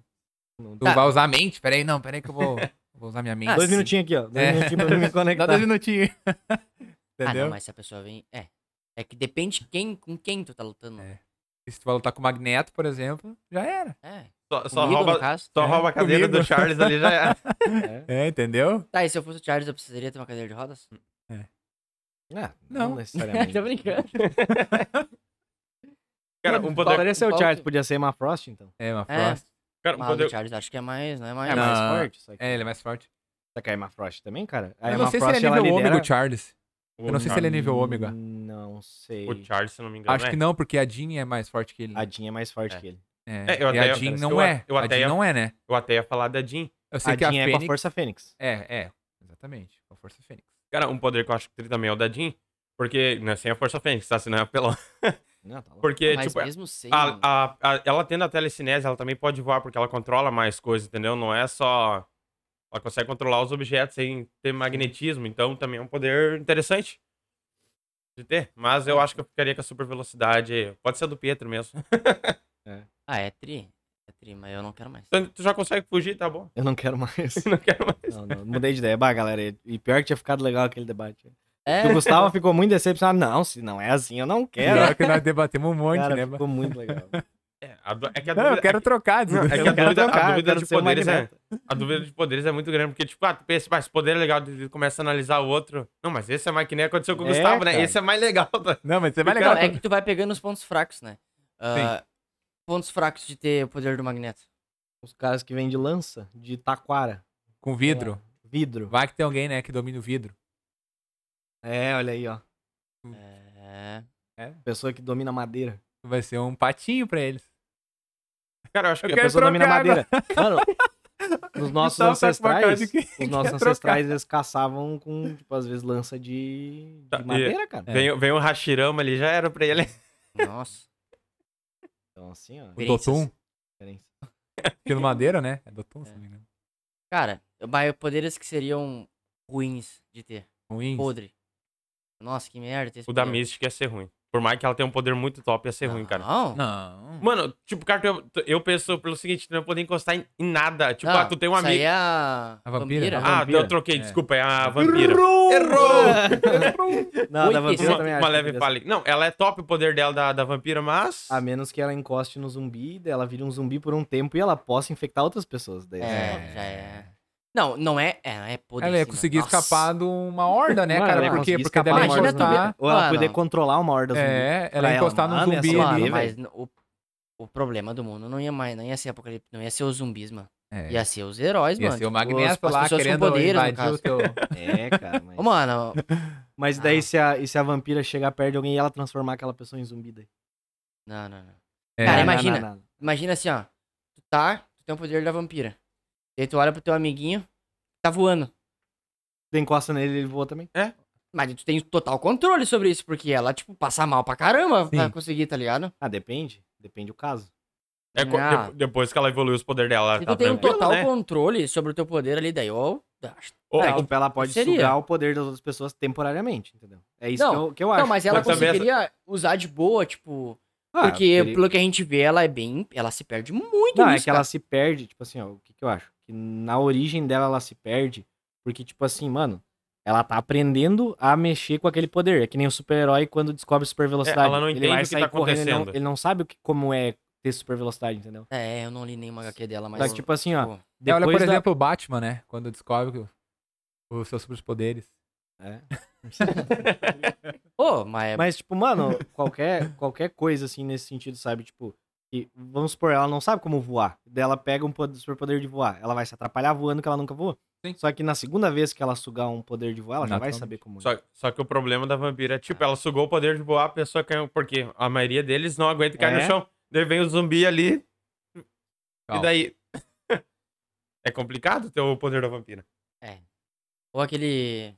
Speaker 1: Não
Speaker 5: Tu
Speaker 3: Tá.
Speaker 5: vai usar a mente? Peraí, não, peraí que eu vou, vou usar minha mente.
Speaker 3: Ah,
Speaker 1: Dois
Speaker 3: sim.
Speaker 1: minutinhos aqui, ó. Dois
Speaker 5: É.
Speaker 1: minutinhos pra me
Speaker 5: Dá
Speaker 1: conectar.
Speaker 5: dois minutinhos.
Speaker 3: Ah,
Speaker 5: Entendeu?
Speaker 3: não, mas se a pessoa vem. É. É que depende quem, com quem tu tá lutando.
Speaker 5: É.
Speaker 3: É.
Speaker 5: E Se tu vai lutar com o Magneto, por exemplo, já era.
Speaker 2: Só, só
Speaker 3: É, Comigo, no
Speaker 2: rouba,
Speaker 3: caso.
Speaker 2: só
Speaker 5: É,
Speaker 2: rouba a cadeira
Speaker 5: comigo.
Speaker 2: do Charles ali já é.
Speaker 1: É.
Speaker 5: É, entendeu?
Speaker 3: Tá, e se eu fosse o Charles, eu precisaria ter uma cadeira de rodas?
Speaker 5: Hum,
Speaker 1: Ah,
Speaker 5: É, Não.
Speaker 1: não, necessariamente.
Speaker 3: Tô brincando.
Speaker 2: Cara, um poder,
Speaker 1: Poderia ser o
Speaker 3: Falta-
Speaker 1: Charles, podia ser uma Frost, então.
Speaker 5: É, uma
Speaker 3: É.
Speaker 5: Frost.
Speaker 2: cara, um
Speaker 3: Mas
Speaker 2: poder-
Speaker 3: o Charles acho que é mais, né? Mais,
Speaker 1: É mais
Speaker 5: Ah, Não.
Speaker 1: forte. Só que...
Speaker 5: É, ele é mais forte.
Speaker 1: Só que a Emma Frost também, cara. A
Speaker 5: Eu
Speaker 1: Emma
Speaker 5: não sei se
Speaker 1: Frost,
Speaker 5: ele é nível
Speaker 1: ela
Speaker 5: ômega,
Speaker 1: lidera... Hum,
Speaker 5: o Charles.
Speaker 2: o
Speaker 5: Eu não sei se ele é nível ômega.
Speaker 1: Não sei.
Speaker 2: O Charles, se não me engano.
Speaker 5: Acho
Speaker 2: é.
Speaker 5: que não, porque a Jean é mais forte que ele.
Speaker 1: A Jean é mais forte
Speaker 2: É.
Speaker 1: que ele.
Speaker 5: É,
Speaker 2: É, eu
Speaker 5: e
Speaker 2: até-
Speaker 5: a Jean
Speaker 2: eu-
Speaker 5: não é.
Speaker 2: eu
Speaker 5: a
Speaker 2: até
Speaker 5: Jean
Speaker 2: ia-
Speaker 5: não é, né?
Speaker 2: Eu até ia falar da Jean.
Speaker 5: Eu sei
Speaker 1: A
Speaker 5: que a
Speaker 1: Jean é com a
Speaker 5: Fênix...
Speaker 1: Força Fênix.
Speaker 5: É, é. Exatamente. Com a Força Fênix.
Speaker 2: Cara, um poder que eu acho que também é o da Jean. Porque, né, sem a Força Fênix, tá? Senão é apelão.
Speaker 1: Não, tá louco.
Speaker 2: Porque,
Speaker 3: mas
Speaker 2: tipo,
Speaker 3: mesmo sem.
Speaker 2: a- a- a- ela tendo a telecinese, ela também pode voar, porque ela controla mais coisas, entendeu? Não é só... Ela consegue controlar os objetos sem ter magnetismo. Então, também é um poder interessante de ter. Mas eu acho que eu ficaria com a super velocidade. Pode ser a do Pietro mesmo.
Speaker 3: Ah, é tri. É tri, mas eu não quero mais.
Speaker 2: Então, tu já consegue fugir, tá bom.
Speaker 1: Eu não quero mais.
Speaker 2: Não quero mais.
Speaker 1: Não, não, mudei de ideia. Bah, galera, e- e pior que tinha ficado legal aquele debate.
Speaker 3: É,
Speaker 1: O Gustavo ficou muito decepcionado. Não, se não é assim, eu não quero.
Speaker 5: Pior que nós debatemos um monte,
Speaker 1: Cara,
Speaker 5: né?
Speaker 1: ficou muito legal.
Speaker 2: É, a du- é que a
Speaker 5: Não,
Speaker 2: dúvida,
Speaker 5: eu quero trocar.
Speaker 2: Não, é
Speaker 5: Dudu.
Speaker 2: que a
Speaker 1: Eu quero
Speaker 2: dúvida, a
Speaker 1: trocar, eu
Speaker 2: dúvida
Speaker 1: quero
Speaker 2: de
Speaker 1: ser o
Speaker 2: poderes é,
Speaker 1: Magneto.
Speaker 2: a dúvida de poderes é muito grande, porque, tipo, ah, tu pensa, mas esse poder é legal, tu- tu começa a analisar o outro. Não, mas esse é mais que nem aconteceu com o
Speaker 1: É,
Speaker 2: Gustavo, né?
Speaker 1: cara.
Speaker 2: Esse é mais legal. tá?
Speaker 5: Não, mas você vai
Speaker 3: não,
Speaker 5: legal.
Speaker 3: é que tu vai pegando os pontos fracos, né? Ah, pontos fracos de ter o poder do magneto.
Speaker 1: Os caras que vêm de lança, de taquara,
Speaker 5: Com vidro.
Speaker 1: vidro.
Speaker 5: Vai que tem alguém, né, que domina o vidro.
Speaker 1: É, olha aí, ó.
Speaker 3: É.
Speaker 1: Pessoa que domina madeira.
Speaker 5: Vai ser um patinho pra eles.
Speaker 2: Cara, eu acho que.
Speaker 1: A pessoa domina madeira. Mano, nos nossos
Speaker 5: Gustavo tá com uma cara
Speaker 1: ancestrais,
Speaker 5: de que-
Speaker 1: os nossos
Speaker 5: quer trocar.
Speaker 1: ancestrais, eles caçavam com, tipo, às vezes lança de, de
Speaker 2: Tá, e-
Speaker 1: madeira, cara.
Speaker 2: Vem, o- vem o Hashirama ali, já era pra ele.
Speaker 3: Nossa.
Speaker 1: Então, assim, ó.
Speaker 5: O Dotum,
Speaker 1: diferença.
Speaker 5: pelo madeira, né? É Dotum, se não me engano.
Speaker 3: Cara, mas poderes que seriam ruins de ter.
Speaker 5: Ruim.
Speaker 3: Podre. Nossa, que merda. ter esse
Speaker 2: O da
Speaker 3: poder.
Speaker 2: Mystic ia ser ruim. Por mais que ela tenha um poder muito top, ia ser ruim, cara.
Speaker 3: Não.
Speaker 5: Não.
Speaker 2: Mano, tipo, cara, tu- eu, eu penso pelo seguinte, tu não ia poder encostar em, em nada. Tipo,
Speaker 3: Não,
Speaker 2: ah, tu tem um
Speaker 3: isso aí
Speaker 2: amigo.
Speaker 3: é a...
Speaker 5: A vampira.
Speaker 3: vampira.
Speaker 5: A
Speaker 2: Ah,
Speaker 1: vampira.
Speaker 2: eu troquei,
Speaker 5: É.
Speaker 2: desculpa, é a vampira.
Speaker 1: Não, da
Speaker 3: Oito
Speaker 1: vampira
Speaker 3: e
Speaker 2: Uma,
Speaker 1: também
Speaker 2: uma
Speaker 1: acho que
Speaker 2: leve
Speaker 1: poderia
Speaker 2: falha. Não, ela é top o poder dela da, da vampira, mas.
Speaker 1: A menos que ela encoste no zumbi, daí ela vire um zumbi por um tempo e ela possa infectar outras pessoas. Daí,
Speaker 3: É, já é. Não, não é... É, é podre.
Speaker 5: Ela ia
Speaker 3: sim, mano.
Speaker 5: conseguir
Speaker 3: Nossa.
Speaker 5: escapar de uma horda, né,
Speaker 1: Mano,
Speaker 5: cara?
Speaker 1: ela
Speaker 5: Por quê?
Speaker 1: conseguir
Speaker 5: Porque
Speaker 1: escapar
Speaker 5: ela
Speaker 1: de
Speaker 5: ia
Speaker 1: uma
Speaker 3: Imagina tu
Speaker 5: encostar.
Speaker 1: Ou ela
Speaker 3: Ah,
Speaker 1: poder
Speaker 3: não.
Speaker 1: encostar uma horda zumbi.
Speaker 5: É, ela
Speaker 1: Pra
Speaker 5: ia
Speaker 1: ela,
Speaker 5: encostar num
Speaker 1: mano, é
Speaker 5: zumbi
Speaker 1: só
Speaker 5: ali.
Speaker 1: ela.
Speaker 3: Mano,
Speaker 1: velho.
Speaker 3: mas o, o problema do mundo não ia mais, não ia ser apocalipse, não ia ser os zumbis, mano.
Speaker 5: É.
Speaker 3: Ia ser os heróis,
Speaker 5: Ia
Speaker 3: mano.
Speaker 5: ser o
Speaker 3: tipo, as-
Speaker 5: Magneto
Speaker 3: as
Speaker 5: lá
Speaker 3: pessoas com
Speaker 5: querendo
Speaker 3: poderes, no
Speaker 5: invadir
Speaker 3: caso.
Speaker 5: o teu...
Speaker 1: É, cara. Mas,
Speaker 3: Ô, Mano,
Speaker 1: mas daí
Speaker 3: Ah.
Speaker 1: se a, e se a vampira chegar perto de alguém e ela transformar aquela pessoa em zumbi daí?
Speaker 3: não, não, não.
Speaker 5: É,
Speaker 3: Cara,
Speaker 1: Não,
Speaker 3: imagina.
Speaker 1: não, não, não.
Speaker 3: Imagina assim, ó. Tu tá, tu tem o poder da vampira. E aí tu olha pro teu amiguinho, tá voando.
Speaker 1: Tu encosta nele ele voa também.
Speaker 3: Mas tu tem total controle sobre isso, porque ela, tipo, passa mal pra caramba pra
Speaker 5: Sim.
Speaker 3: conseguir, tá ligado?
Speaker 1: Ah, depende. Depende do caso.
Speaker 2: É co-
Speaker 3: Ah.
Speaker 2: de- depois que ela evoluiu os poderes dela, ela
Speaker 3: Se
Speaker 2: tá
Speaker 3: tu tem um
Speaker 2: tranquila,
Speaker 3: total
Speaker 2: né?
Speaker 3: controle sobre o teu poder ali, daí eu acho.
Speaker 2: Ou-
Speaker 1: É,
Speaker 3: então,
Speaker 1: tipo, ela pode
Speaker 3: seria.
Speaker 1: sugar o poder das outras pessoas temporariamente, entendeu? É isso
Speaker 3: Não,
Speaker 1: que eu, que eu acho.
Speaker 3: Não, mas ela
Speaker 2: Mas também essa-
Speaker 3: conseguiria usar de boa, tipo.
Speaker 1: Ah,
Speaker 3: porque, pelo que a gente vê, ela é bem. Ela se perde muito
Speaker 1: Não, é
Speaker 3: nisso,
Speaker 1: que ela se perde, tipo assim, ó, o que, que eu acho? Que na origem dela ela se perde, porque, tipo assim, mano, ela tá aprendendo a mexer com aquele poder. É que nem o super-herói quando descobre super velocidade.
Speaker 2: ela não entende
Speaker 1: ele vai
Speaker 2: o que
Speaker 1: sair
Speaker 2: tá
Speaker 1: correndo, ele não- Ele
Speaker 2: acontecendo.
Speaker 1: não, sabe o que, como é ter super velocidade, entendeu?
Speaker 3: É, eu não li nenhuma HQ dela, mas.
Speaker 1: Mas, tipo assim, ó,
Speaker 3: tipo,
Speaker 5: É,
Speaker 1: Depois
Speaker 5: Olha, por
Speaker 1: da-
Speaker 5: exemplo, o Batman, né? Quando descobre que o- os seus superpoderes.
Speaker 1: É.
Speaker 3: Ô, mas. é
Speaker 1: Mas, tipo, mano, qualquer, qualquer coisa, assim, nesse sentido, sabe? Tipo, que, vamos supor, ela não sabe como voar. Daí ela pega um poder- superpoder de voar. Ela vai se atrapalhar voando que ela nunca voou.
Speaker 5: Sim.
Speaker 1: Só que na segunda vez que ela sugar um poder de voar, ela já vai
Speaker 5: Naturalmente.
Speaker 1: saber como é.
Speaker 2: Só, só que o problema da vampira é, tipo, ela sugou o poder de voar, a pessoa caiu, porque a maioria deles não aguenta e cai no
Speaker 1: É.
Speaker 2: chão. Daí vem o zumbi ali.
Speaker 5: Calma.
Speaker 2: E daí. é complicado ter o poder da vampira.
Speaker 3: Ou aquele.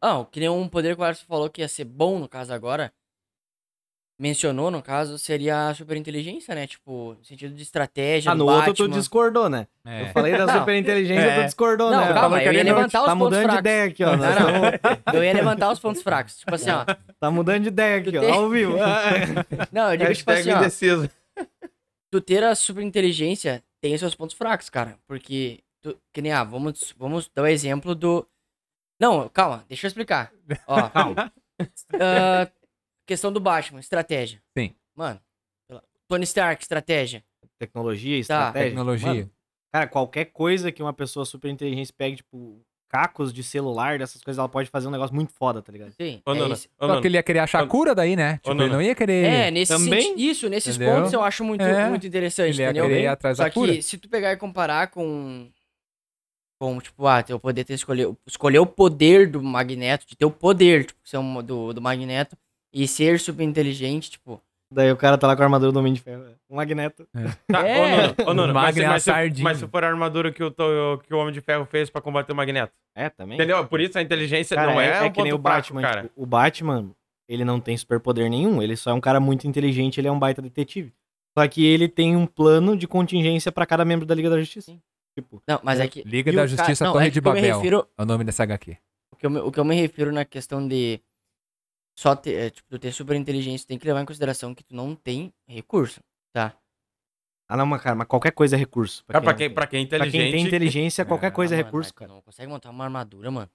Speaker 3: Ah, que nem um poder que o Alisson falou que ia ser bom no caso agora. mencionou, no caso, seria a superinteligência, né? Tipo, no sentido de estratégia,
Speaker 1: Ah,
Speaker 3: do
Speaker 1: no outro tu
Speaker 3: Batman.
Speaker 1: discordou, né?
Speaker 5: É.
Speaker 1: Eu falei da
Speaker 3: Não.
Speaker 1: superinteligência,
Speaker 5: É.
Speaker 1: tu discordou,
Speaker 3: Não,
Speaker 1: né?
Speaker 3: calma,
Speaker 1: Falou que
Speaker 3: eu ia
Speaker 1: ali não-
Speaker 3: levantar os
Speaker 1: Tá
Speaker 3: pontos
Speaker 1: mudando de
Speaker 3: fracos.
Speaker 1: ideia aqui, ó.
Speaker 3: Não,
Speaker 1: nós
Speaker 3: não.
Speaker 1: tamo-
Speaker 3: Eu ia levantar os pontos fracos. Tipo assim, ó.
Speaker 1: Tá mudando de ideia aqui,
Speaker 3: Tu
Speaker 1: ó.
Speaker 3: tem-
Speaker 1: Ao vivo.
Speaker 3: Não, eu digo tipo
Speaker 2: Hashtag
Speaker 3: assim, ó.
Speaker 2: indeciso.
Speaker 3: tu ter a superinteligência tem os seus pontos fracos, cara. Porque, tu, que nem, ah, vamos, vamos dar o exemplo do... Não, calma, deixa eu explicar. Ó,
Speaker 5: Calma.
Speaker 3: ah, questão do Batman, estratégia.
Speaker 5: Sim.
Speaker 3: Mano, sei lá, Tony Stark, estratégia. Tá.
Speaker 1: Tecnologia, estratégia.
Speaker 5: Tecnologia.
Speaker 1: Mano, cara, qualquer coisa que uma pessoa superinteligente pegue, tipo, cacos de celular, dessas coisas, ela pode fazer um negócio muito foda, tá ligado?
Speaker 3: Sim,
Speaker 2: Ô,
Speaker 3: é,
Speaker 2: Nana,
Speaker 3: esse-
Speaker 2: ô,
Speaker 5: Só
Speaker 2: Nana.
Speaker 5: que ele ia querer achar
Speaker 2: Ô,
Speaker 5: cura daí, né? Tipo, ele
Speaker 2: Nana.
Speaker 5: não ia querer.
Speaker 3: É, nesse
Speaker 1: também?
Speaker 3: senti- isso, nesses
Speaker 5: Entendeu?
Speaker 3: pontos eu acho muito,
Speaker 5: É.
Speaker 3: muito interessante,
Speaker 5: Ele ia
Speaker 3: entendeu?
Speaker 5: querer ir atrás
Speaker 3: Só
Speaker 5: da cura.
Speaker 3: que se tu pegar e comparar com com tipo, ah, teu poder ter escolher, escolher o poder do Magneto, de ter o poder, tipo, ser um, do, do Magneto e ser superinteligente, tipo,
Speaker 1: Daí o cara tá lá com a armadura do Homem de Ferro. Um magneto.
Speaker 2: Tá, ô,
Speaker 3: É.
Speaker 2: Nuno, ô, Nuno, mas,
Speaker 5: Magna
Speaker 2: mas, se-
Speaker 5: Sardinha.
Speaker 2: mas se for a armadura que o, to- que o Homem de Ferro fez pra combater o Magneto.
Speaker 1: É, também.
Speaker 2: Entendeu? Por isso a inteligência
Speaker 1: Cara,
Speaker 2: não é,
Speaker 1: é,
Speaker 2: um
Speaker 1: é que nem
Speaker 2: ponto
Speaker 1: o Batman.
Speaker 2: fraco, cara.
Speaker 1: tipo, o Batman, ele não tem superpoder nenhum. Ele só é um cara muito inteligente, ele é um baita detetive. Só que ele tem um plano de contingência pra cada membro da Liga da Justiça.
Speaker 3: Sim.
Speaker 1: Tipo,
Speaker 3: não, mas é que
Speaker 5: Liga
Speaker 3: e
Speaker 5: da
Speaker 3: o cara-
Speaker 5: Justiça
Speaker 3: não,
Speaker 5: Torre
Speaker 3: é
Speaker 5: de
Speaker 3: que o que eu me
Speaker 5: Babel.
Speaker 3: refiro-
Speaker 5: É o nome dessa HQ.
Speaker 3: o que eu me, o que eu me refiro na questão de só ter, é, tipo, tu ter superinteligência, tu tem que levar em consideração que tu não tem recurso, tá?
Speaker 1: ah não, mas cara, mas qualquer coisa é recurso.
Speaker 2: Cara, pra
Speaker 1: não
Speaker 2: quem,
Speaker 1: tem.
Speaker 2: pra quem é
Speaker 1: Pra
Speaker 2: inteligente.
Speaker 1: quem tem inteligência, qualquer
Speaker 5: É,
Speaker 1: coisa é
Speaker 3: Ah, mano,
Speaker 1: recurso,
Speaker 3: mas tu
Speaker 1: cara.
Speaker 3: Não consegue montar uma armadura, mano.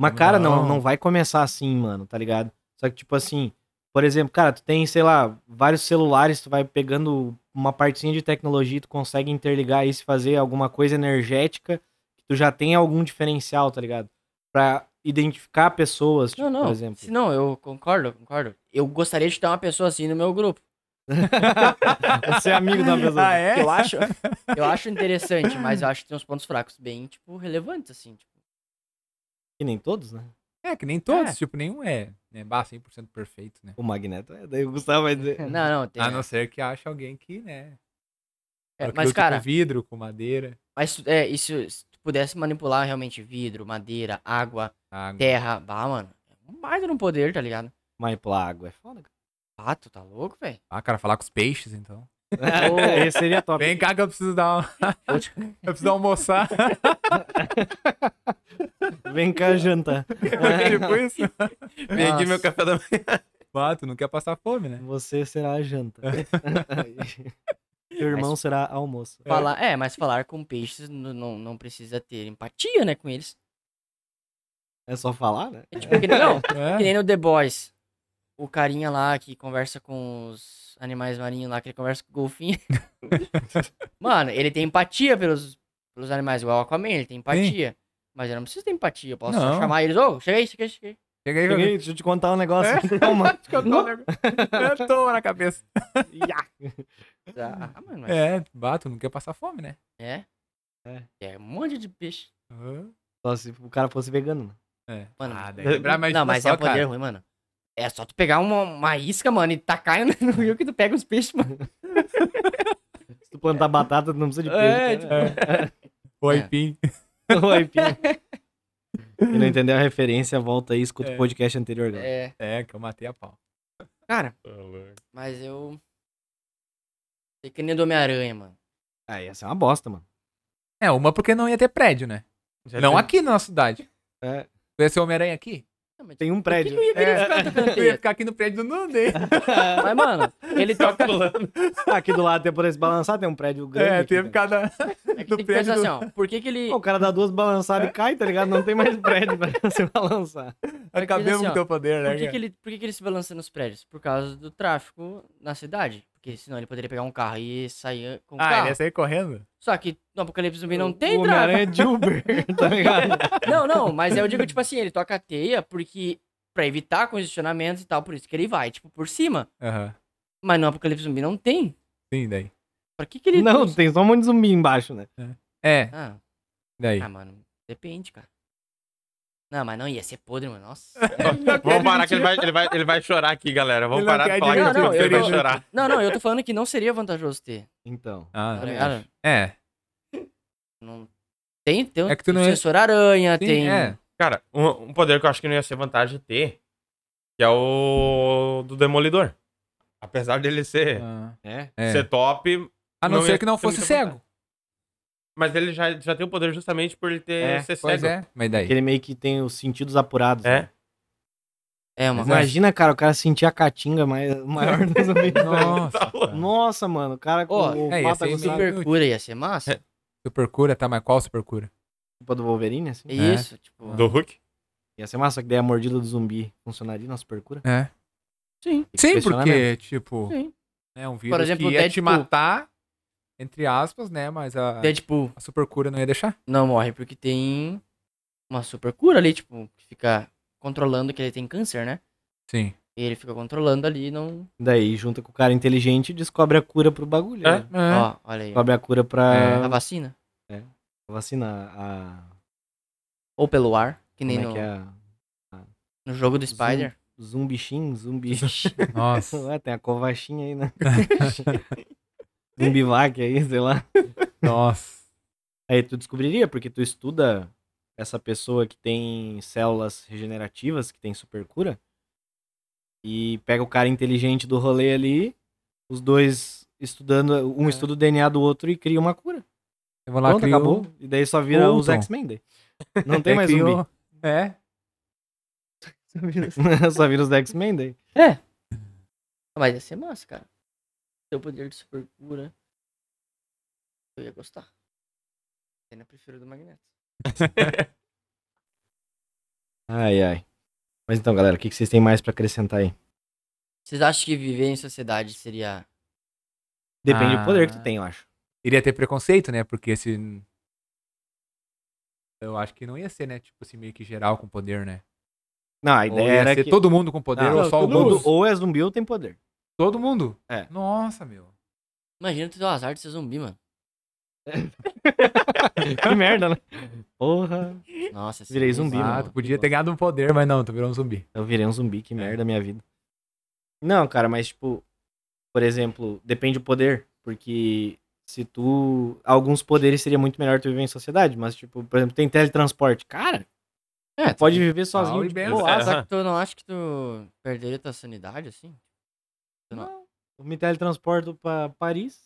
Speaker 1: Mas, cara, não,
Speaker 5: Não.
Speaker 1: não vai começar assim, mano, tá ligado? Só que, tipo assim, por exemplo, cara, tu tem, sei lá, vários celulares, tu vai pegando uma partezinha de tecnologia, tu consegue interligar isso, e fazer alguma coisa energética, que tu já tem algum diferencial, tá ligado? Pra identificar pessoas, tipo,
Speaker 3: Não, não.
Speaker 1: por exemplo.
Speaker 3: Se não, eu concordo, eu concordo. Eu gostaria de ter uma pessoa assim no meu grupo.
Speaker 1: Você é amigo da pessoa.
Speaker 5: é?
Speaker 3: Eu acho, eu acho interessante, mas eu acho que tem uns pontos fracos bem, tipo, relevantes, assim. Tipo.
Speaker 1: Que nem todos, né?
Speaker 5: É, que nem todos. Tipo, nenhum é, né, bah, 100% perfeito, né?
Speaker 1: O Magneto é, daí o Gustavo vai dizer.
Speaker 3: Não, não, tem.
Speaker 5: A Ah, não ser que ache alguém que, né?
Speaker 3: é,
Speaker 5: que
Speaker 3: mas,
Speaker 5: lute
Speaker 3: cara,
Speaker 5: Com vidro, com madeira,
Speaker 3: mas é, isso, se tu pudesse manipular realmente vidro, madeira, água,
Speaker 5: água.
Speaker 3: terra, bah, mano. É um baita no poder, tá ligado?
Speaker 1: Mas pela água é foda, cara.
Speaker 3: Ah, tu tá louco, velho?
Speaker 5: Ah, cara, falar com os peixes, então.
Speaker 1: Esse seria top.
Speaker 5: Vem cá que eu preciso dar uma... eu preciso almoçar.
Speaker 1: Vem cá jantar.
Speaker 5: tipo isso.
Speaker 2: Vem aqui meu café da manhã.
Speaker 5: Bah, tu não quer passar fome, né?
Speaker 1: Você será a janta. Seu irmão será almoço.
Speaker 3: Falar, é, mas falar com peixes não, não, não precisa ter empatia, né, com eles.
Speaker 1: É só falar, né?
Speaker 3: É tipo, que nem, não,
Speaker 5: É.
Speaker 3: Que nem no The Boys. O carinha lá que conversa com os animais marinhos lá, que ele conversa com o golfinho. Mano, ele tem empatia pelos, pelos animais, igual o Aquaman, ele tem empatia. Mas eu não preciso ter empatia, eu posso só
Speaker 5: Não.
Speaker 3: chamar eles, ô, chega aí, chega aí, chega aí.
Speaker 5: Chega aí,
Speaker 1: Cheguei, deixa eu te contar um negócio. Calma.
Speaker 5: que eu tô, né? Eu tô na cabeça.
Speaker 1: Iá.
Speaker 3: Ah, mano, mas
Speaker 5: É, bah, tu não quer passar fome, né?
Speaker 3: é.
Speaker 1: É.
Speaker 3: é. um monte de peixe.
Speaker 5: Uhum.
Speaker 1: Só se o cara fosse vegano. né?
Speaker 5: É.
Speaker 3: Mano,
Speaker 5: Ah, daí
Speaker 2: Não,
Speaker 5: lembrar, mas
Speaker 3: não, mas
Speaker 5: só,
Speaker 3: é um poder
Speaker 5: cara.
Speaker 3: ruim, mano. É só tu pegar uma, uma isca, mano, e tacar no rio que tu pega os peixes, mano.
Speaker 1: Se tu plantar batata, tu não precisa de
Speaker 3: É,
Speaker 1: peixe. cara.
Speaker 5: O
Speaker 3: É.
Speaker 5: aipim.
Speaker 1: O aipim. Quem não entendeu a referência, volta aí e escuta o
Speaker 5: É.
Speaker 1: podcast anterior, galera.
Speaker 3: É,
Speaker 5: É, que eu matei a pau.
Speaker 3: cara,
Speaker 2: Tá
Speaker 3: mas eu... Sei que nem do Homem-Aranha, mano.
Speaker 1: Ah, essa é uma bosta, mano.
Speaker 5: É, uma porque não ia ter prédio, né?
Speaker 2: Já
Speaker 5: não
Speaker 2: tem-
Speaker 5: aqui na nossa cidade.
Speaker 1: É.
Speaker 5: Tu ia ser Homem-Aranha aqui?
Speaker 3: Não, mas
Speaker 1: Tem um
Speaker 3: por que
Speaker 1: prédio.
Speaker 3: que é? eu ia querer
Speaker 1: É.
Speaker 3: ficar tocando
Speaker 5: Tu ia
Speaker 3: teia?
Speaker 5: ficar aqui no prédio do Nandê.
Speaker 3: Mas, mano, ele toca.
Speaker 2: Calculando.
Speaker 1: Aqui do lado tem por esse balançar, tem um prédio grande.
Speaker 5: É,
Speaker 1: aqui,
Speaker 5: tu ia
Speaker 1: cara.
Speaker 5: ficar na...
Speaker 3: é que
Speaker 5: no
Speaker 3: tem que
Speaker 5: prédio
Speaker 3: pensar
Speaker 5: do...
Speaker 3: assim, ó. Por que, que ele.
Speaker 1: Pô, O cara dá duas balançadas e cai, tá ligado? Não tem mais prédio pra se balançar.
Speaker 5: Acabemos
Speaker 3: assim,
Speaker 5: com
Speaker 3: ó,
Speaker 5: o teu poder, né,
Speaker 3: Por que,
Speaker 5: cara?
Speaker 3: que ele, por que, que ele se balança nos prédios? Por causa do tráfico na cidade. Porque senão ele poderia pegar um carro e sair com o
Speaker 5: Ah, ele
Speaker 3: carro.
Speaker 5: ia sair correndo?
Speaker 3: Só que no Apocalipse Zumbi
Speaker 1: O-
Speaker 3: não tem
Speaker 1: O
Speaker 3: tráfico.
Speaker 1: Homem-Aranha é de Uber, tá ligado?
Speaker 3: Não, não, mas eu digo, tipo assim, ele toca a teia porque. Pra evitar congestionamentos e tal, por isso que ele vai, tipo, por cima.
Speaker 5: Aham.
Speaker 3: Mas no Apocalipse Zumbi não tem.
Speaker 5: Sim, daí.
Speaker 3: Pra que que ele.
Speaker 1: Não, tem só um monte de zumbi embaixo, né?
Speaker 5: É,
Speaker 3: Ah,
Speaker 5: daí.
Speaker 3: ah, mano, depende, cara. Não, mas não ia ser podre, mano. Nossa.
Speaker 2: Vamos parar que ele vai, ele, vai, ele vai chorar aqui, galera. Vamos
Speaker 5: Ele não
Speaker 2: parar de
Speaker 5: quer
Speaker 2: falar que
Speaker 3: admitir. Não,
Speaker 2: o
Speaker 3: não,
Speaker 2: Ele vai
Speaker 3: eu-
Speaker 2: chorar.
Speaker 3: Não, não, eu tô falando que não seria vantajoso ter.
Speaker 1: Então.
Speaker 5: Ah,
Speaker 3: Tá ligado?
Speaker 5: é.
Speaker 3: Não... Tem, tem um
Speaker 5: É que tu não ia-
Speaker 3: sensor aranha,
Speaker 5: Sim,
Speaker 3: tem.
Speaker 5: é.
Speaker 2: Cara, um, um poder que eu acho que não ia ser vantagem ter, que é o do Demolidor. Apesar dele ser,
Speaker 5: Ah,
Speaker 1: É?
Speaker 5: é.
Speaker 2: ser top,
Speaker 5: A não,
Speaker 2: não
Speaker 5: ser
Speaker 2: ia
Speaker 5: que não
Speaker 2: ter
Speaker 5: fosse
Speaker 2: muita
Speaker 5: cego.
Speaker 2: mas ele já, já tem o poder justamente por ele ter
Speaker 1: É,
Speaker 2: ser
Speaker 5: Pois
Speaker 2: cego.
Speaker 5: é. Mas daí.
Speaker 1: Que ele meio que tem os sentidos apurados.
Speaker 2: É.
Speaker 1: né?
Speaker 3: É, uma
Speaker 5: Mas
Speaker 3: coisa.
Speaker 1: Imagina, cara, o cara sentir a caatinga mais, maior dos amigos.
Speaker 5: Nossa. cara.
Speaker 1: Nossa, mano, o cara com
Speaker 3: Ó,
Speaker 1: o
Speaker 5: é, ia
Speaker 1: pato
Speaker 5: ser
Speaker 1: aguçado,
Speaker 5: imagina-
Speaker 3: Super cura ia ser massa.
Speaker 5: Super cura, tá? Mas qual super cura?
Speaker 1: tipo a do Wolverine, assim.
Speaker 3: É isso, tipo.
Speaker 2: Do Hulk?
Speaker 1: Ia ser massa, só que daí a mordida do zumbi funcionaria na supercura.
Speaker 5: É.
Speaker 3: Sim.
Speaker 5: Sim, porque, tipo.
Speaker 3: Sim.
Speaker 5: Né, um vírus
Speaker 3: exemplo,
Speaker 5: que ia te
Speaker 3: Deadpool.
Speaker 5: matar, entre aspas, né? Mas a,
Speaker 3: Deadpool
Speaker 5: a super cura não ia deixar.
Speaker 3: Então, é, tipo, não morre porque tem uma super cura ali, tipo, que fica controlando que ele tem câncer, né?
Speaker 5: Sim.
Speaker 3: E ele fica controlando ali e não.
Speaker 1: Daí junta com o cara inteligente e descobre a cura pro bagulho.
Speaker 2: É.
Speaker 1: né?
Speaker 3: Ó, olha aí.
Speaker 1: Descobre a cura pra
Speaker 5: É.
Speaker 3: A vacina.
Speaker 1: vacinar a.
Speaker 3: Ou pelo ar, que nem
Speaker 1: como é
Speaker 3: no,
Speaker 1: que é? a-
Speaker 3: no jogo do Spider.
Speaker 1: Zumbixim, zumbi.
Speaker 5: Nossa.
Speaker 1: Ué, tem a covachinha aí, né? Zumbivac aí, sei lá.
Speaker 5: Nossa.
Speaker 1: Aí tu descobriria, porque tu estuda essa pessoa que tem células regenerativas, que tem supercura, e pega o cara inteligente do rolê ali, os dois estudando, um estuda o DNA do outro e cria uma cura.
Speaker 5: Eu vou lá um
Speaker 1: Pronto,
Speaker 5: criou-
Speaker 1: acabou. E daí só vira os
Speaker 5: Ultron.
Speaker 1: X-Men daí. Não tem mais um
Speaker 5: criou-
Speaker 1: zumbi.
Speaker 5: É.
Speaker 1: só vira os X-Men daí.
Speaker 3: Mas ia ser massa, cara. Seu poder de super cura. Eu ia gostar. Eu ainda prefiro o do Magneto.
Speaker 1: Ai, ai. Mas então, galera, o que que vocês têm mais pra acrescentar aí?
Speaker 3: Vocês acham que viver em sociedade seria.
Speaker 1: Depende do poder que
Speaker 5: Ah.
Speaker 1: tu tem, eu acho.
Speaker 5: iria ter preconceito, né? Porque esse. Eu acho que não ia ser, né? Tipo assim, meio que geral com poder, né?
Speaker 1: Não, a
Speaker 5: Ou
Speaker 1: ideia
Speaker 5: ia
Speaker 1: era
Speaker 5: ser
Speaker 1: que
Speaker 5: todo mundo com poder,
Speaker 1: Não,
Speaker 5: ou só
Speaker 1: todo
Speaker 5: alguns.
Speaker 1: mundo ou é zumbi ou tem poder.
Speaker 5: Todo mundo?
Speaker 1: É.
Speaker 5: Nossa, meu.
Speaker 3: Imagina tu ter o azar de ser zumbi, mano.
Speaker 1: que merda, né? Porra.
Speaker 3: Nossa, ia ser
Speaker 1: Virei
Speaker 3: bizarro.
Speaker 1: zumbi,
Speaker 5: ah,
Speaker 1: mano.
Speaker 5: tu podia ter ganhado um poder, mas não, tu virou um zumbi.
Speaker 1: Eu virei um zumbi, que merda minha vida. Não, cara, mas tipo, por exemplo, depende do poder, porque se tu alguns poderes seria muito melhor tu viver em sociedade, mas tipo, por exemplo, tem teletransporte. Cara,
Speaker 3: É,
Speaker 1: tu pode viver sozinho tipo,
Speaker 5: e
Speaker 1: de
Speaker 5: bem
Speaker 1: boa.
Speaker 2: azar.
Speaker 3: Ah, só que tu não acha que tu perderia tua sanidade, assim?
Speaker 1: Eu me teletransporto pra Paris.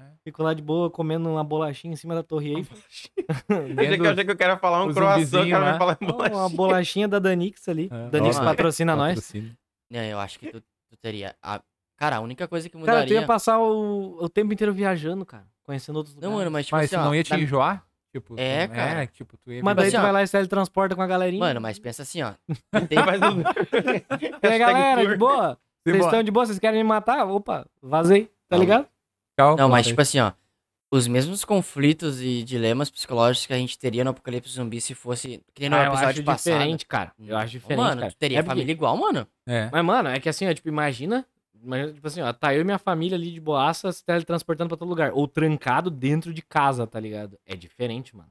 Speaker 5: É.
Speaker 1: Fico lá de boa comendo uma bolachinha em cima da Torre Eiffel.
Speaker 2: Eu achei, que, eu achei que eu quero falar um
Speaker 5: o
Speaker 2: croissant, o
Speaker 5: zumbizinho
Speaker 2: cara vai
Speaker 5: lá.
Speaker 2: falar em
Speaker 1: Não, Uma
Speaker 2: bolacha.
Speaker 1: bolachinha da Danix ali.
Speaker 5: É.
Speaker 1: Danix
Speaker 3: Nossa.
Speaker 1: patrocina nós.
Speaker 5: Patrocínio.
Speaker 3: Não, É, eu acho que tu, tu teria. a- Cara, a única coisa que
Speaker 1: Cara, tu
Speaker 3: mudaria.
Speaker 1: ia passar o, o tempo inteiro viajando, cara. Conhecendo outros
Speaker 3: Não,
Speaker 1: lugares.
Speaker 3: mano, mas tipo
Speaker 5: Mas
Speaker 3: assim,
Speaker 5: tu
Speaker 3: ó,
Speaker 5: não ia te
Speaker 3: da-
Speaker 5: enjoar? Tipo, tu-
Speaker 3: É, cara.
Speaker 5: tipo, tu ia.
Speaker 1: Mas daí
Speaker 3: assim,
Speaker 1: tu
Speaker 3: ó.
Speaker 1: vai lá e se teletransporta com a galerinha.
Speaker 3: Mano, mas pensa assim, ó.
Speaker 2: Mas
Speaker 1: um
Speaker 2: não-
Speaker 1: E aí, galera, de
Speaker 2: tour.
Speaker 1: boa?
Speaker 5: Sim,
Speaker 1: Vocês
Speaker 5: bora.
Speaker 1: estão de boa? Vocês querem me matar? Opa, vazei, tá ligado?
Speaker 5: Tchau,
Speaker 3: Não, mas
Speaker 5: pronto.
Speaker 3: tipo assim, ó. Os mesmos conflitos e dilemas psicológicos que a gente teria no Apocalipse Zumbi se fosse. Que nem no
Speaker 1: Ah, eu acho
Speaker 3: episódio passado.
Speaker 1: diferente, cara. Eu acho diferente,
Speaker 3: mano,
Speaker 1: cara.
Speaker 3: tu teria
Speaker 1: É porque-
Speaker 3: família igual, mano.
Speaker 5: É.
Speaker 1: Mas, mano, é que assim, ó, tipo, imagina... imagina, Tipo assim, ó, tá eu e minha família ali de boaça se teletransportando pra todo lugar. Ou trancado dentro de casa, tá ligado? É diferente, mano.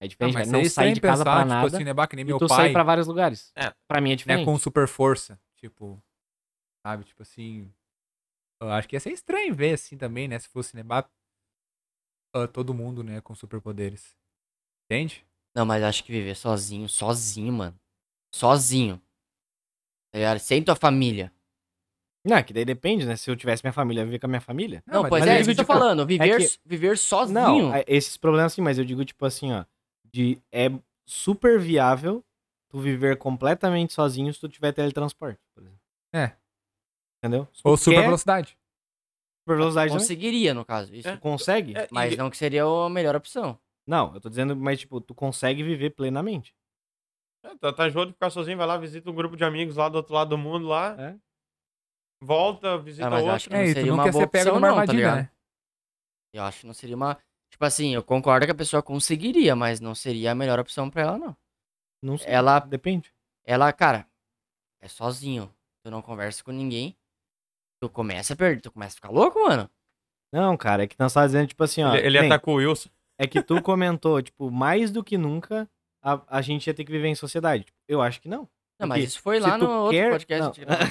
Speaker 1: É
Speaker 5: Ah,
Speaker 1: diferente,
Speaker 5: mas
Speaker 1: cara. Não
Speaker 5: é
Speaker 1: sair
Speaker 5: estranho
Speaker 1: de casa
Speaker 5: pensar,
Speaker 1: pra
Speaker 5: tipo
Speaker 1: nada
Speaker 5: assim, né, bah, que nem
Speaker 1: e
Speaker 5: meu
Speaker 1: tu
Speaker 5: pai,
Speaker 1: sair pra vários lugares.
Speaker 2: É.
Speaker 1: Pra mim é
Speaker 5: né,
Speaker 1: diferente.
Speaker 5: com super força. Tipo, sabe, tipo assim, eu acho que ia ser estranho ver assim também, né, se fosse, né, bah, ah, todo mundo, né, com superpoderes. Entende?
Speaker 3: Não, mas acho que viver sozinho, sozinho, mano. Sozinho. Tá ligado? Sem tua família.
Speaker 1: Não, que daí depende, né? Se eu tivesse minha família, eu ia viver com a minha família.
Speaker 3: Não,
Speaker 5: mas
Speaker 3: pois
Speaker 1: mas
Speaker 3: é,
Speaker 1: eu
Speaker 3: é isso
Speaker 1: digo,
Speaker 3: que eu tô
Speaker 1: tipo,
Speaker 3: falando. Viver,
Speaker 1: que-
Speaker 3: s- viver sozinho.
Speaker 1: Não, é- esses problemas sim, mas eu digo tipo assim, ó, de é super viável tu viver completamente sozinho se tu tiver teletransporte, por exemplo.
Speaker 5: É.
Speaker 1: Entendeu? Se tu
Speaker 5: Ou super
Speaker 1: quer
Speaker 5: velocidade.
Speaker 1: super velocidade também,
Speaker 3: Conseguiria, no caso. Isso.
Speaker 1: tu consegue?
Speaker 2: É,
Speaker 3: Mas
Speaker 2: e-
Speaker 3: não que seria a melhor opção.
Speaker 1: Não, eu tô dizendo, mas tipo, tu consegue viver plenamente.
Speaker 2: É, Tá, tá enjoado de ficar sozinho, vai lá, visita um grupo de amigos lá do outro lado do mundo lá.
Speaker 1: É.
Speaker 2: Volta, visita
Speaker 3: Ah, mas eu acho
Speaker 2: outro.
Speaker 3: Não
Speaker 5: É, e tu
Speaker 3: seria
Speaker 5: não
Speaker 3: uma
Speaker 5: quer
Speaker 3: boa
Speaker 5: ser pego
Speaker 3: opção
Speaker 5: numa
Speaker 3: não, tá
Speaker 5: armadilha,
Speaker 3: ligado?
Speaker 5: né?
Speaker 3: Eu acho que não seria uma. Tipo assim, eu concordo que a pessoa conseguiria, mas não seria a melhor opção pra ela, não.
Speaker 1: Não sei.
Speaker 3: Ela-
Speaker 1: depende.
Speaker 3: Ela, cara, é sozinho. Tu não conversa com ninguém. Tu começa a perder, tu começa a ficar louco, mano.
Speaker 1: Não, cara, é que nós tava dizendo tipo assim, ó,
Speaker 2: Ele, ele
Speaker 1: bem,
Speaker 2: atacou o Wilson.
Speaker 1: é que tu comentou, tipo, mais do que nunca a, a gente ia ter que viver em sociedade. Eu acho que não.
Speaker 3: Não, mas
Speaker 1: Porque
Speaker 3: isso
Speaker 1: se
Speaker 3: foi lá
Speaker 1: tu
Speaker 3: no outro
Speaker 1: quer-
Speaker 3: podcast.
Speaker 1: não.
Speaker 3: que gravou.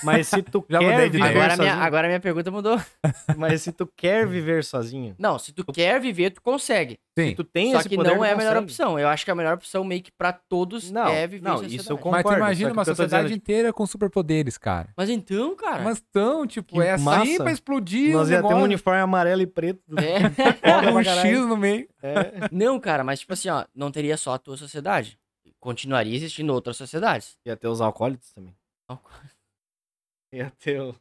Speaker 1: Mas se tu
Speaker 5: Já
Speaker 1: quer
Speaker 5: mudei de
Speaker 1: viver
Speaker 5: ideia.
Speaker 3: Agora, a minha,
Speaker 1: sozinho,
Speaker 3: agora a minha pergunta mudou.
Speaker 1: mas se tu quer viver sozinho,
Speaker 3: Não, se tu quer viver, tu consegue.
Speaker 5: Sim.
Speaker 1: tu tem
Speaker 3: Só
Speaker 1: esse
Speaker 3: que
Speaker 1: poder,
Speaker 3: não
Speaker 1: tu
Speaker 3: é a melhor
Speaker 1: consegue.
Speaker 3: opção. Eu acho que a melhor opção meio que pra todos
Speaker 1: Não,
Speaker 3: é viver
Speaker 1: não,
Speaker 3: em
Speaker 1: isso eu
Speaker 3: sociedade.
Speaker 1: concordo.
Speaker 5: Mas tu
Speaker 1: só
Speaker 5: imagina
Speaker 1: que
Speaker 5: uma
Speaker 1: o que eu tô
Speaker 5: sociedade
Speaker 1: dizendo é,
Speaker 5: inteira com superpoderes, cara.
Speaker 3: Mas então, cara.
Speaker 5: Mas tão, tipo,
Speaker 1: Que
Speaker 5: é assim
Speaker 1: massa.
Speaker 5: pra explodir
Speaker 1: Nós
Speaker 5: o
Speaker 1: ia ter um
Speaker 5: negócio,
Speaker 1: uniforme amarelo e preto.
Speaker 3: É.
Speaker 1: Foda
Speaker 5: um
Speaker 1: pra
Speaker 5: X
Speaker 1: caralho.
Speaker 5: no meio.
Speaker 1: É.
Speaker 3: Não, cara, mas tipo assim, ó, não teria só a tua sociedade. Continuaria existindo outras sociedades.
Speaker 1: Ia ter os alcoólicos também. Ia ter o-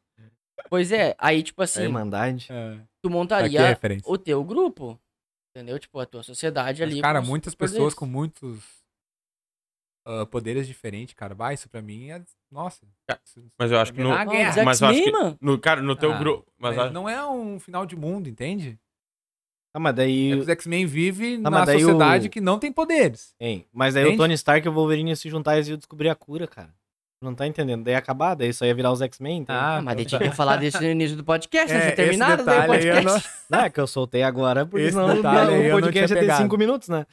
Speaker 3: Pois é, aí, tipo
Speaker 1: a
Speaker 3: assim,
Speaker 1: Irmandade.
Speaker 5: É. Aqui
Speaker 3: tu
Speaker 5: é
Speaker 3: montaria
Speaker 5: referência.
Speaker 3: o teu grupo. Entendeu? Tipo, a tua sociedade
Speaker 5: Mas,
Speaker 3: ali.
Speaker 5: cara,
Speaker 3: com os
Speaker 5: muitas
Speaker 3: poderes.
Speaker 5: pessoas com muitos ah, poderes diferentes, cara. Vai, isso pra mim é. Nossa.
Speaker 2: Ca-
Speaker 5: isso-
Speaker 2: Mas eu acho que no,
Speaker 5: Ah,
Speaker 3: Não,
Speaker 5: guerra.
Speaker 3: Mas,
Speaker 2: Mas eu acho
Speaker 3: X-Men,
Speaker 2: que-
Speaker 3: mano.
Speaker 2: no, cara, no teu
Speaker 5: Ah,
Speaker 2: grupo. Mas
Speaker 5: mas
Speaker 2: acho-
Speaker 5: não é um final de mundo, entende?
Speaker 1: Ah, mas
Speaker 5: É
Speaker 1: daí.
Speaker 5: que os X-Men vivem
Speaker 1: Ah, mas
Speaker 5: na
Speaker 1: daí o-
Speaker 5: sociedade que não tem poderes.
Speaker 1: Hein, mas daí
Speaker 5: Entende?
Speaker 1: o Tony Stark e o Wolverine iam se juntar e iam descobrir a cura, cara. Não tá entendendo. Daí ia acabar, daí só ia virar os X-Men. entende?
Speaker 5: Ah,
Speaker 3: Ah, mas
Speaker 5: então
Speaker 3: daí
Speaker 5: tá.
Speaker 3: tinha que falar disso no início do podcast, né?
Speaker 5: É,
Speaker 3: Tinha
Speaker 5: esse
Speaker 3: terminado daí o
Speaker 5: detalhe aí eu
Speaker 3: podcast.
Speaker 5: não-
Speaker 1: Não, é que eu soltei agora, porque
Speaker 5: Esse
Speaker 1: senão não,
Speaker 5: detalhe aí eu
Speaker 1: o
Speaker 5: não
Speaker 1: podcast
Speaker 5: tinha
Speaker 1: ia ter
Speaker 5: pegado.
Speaker 1: 5 minutos, né?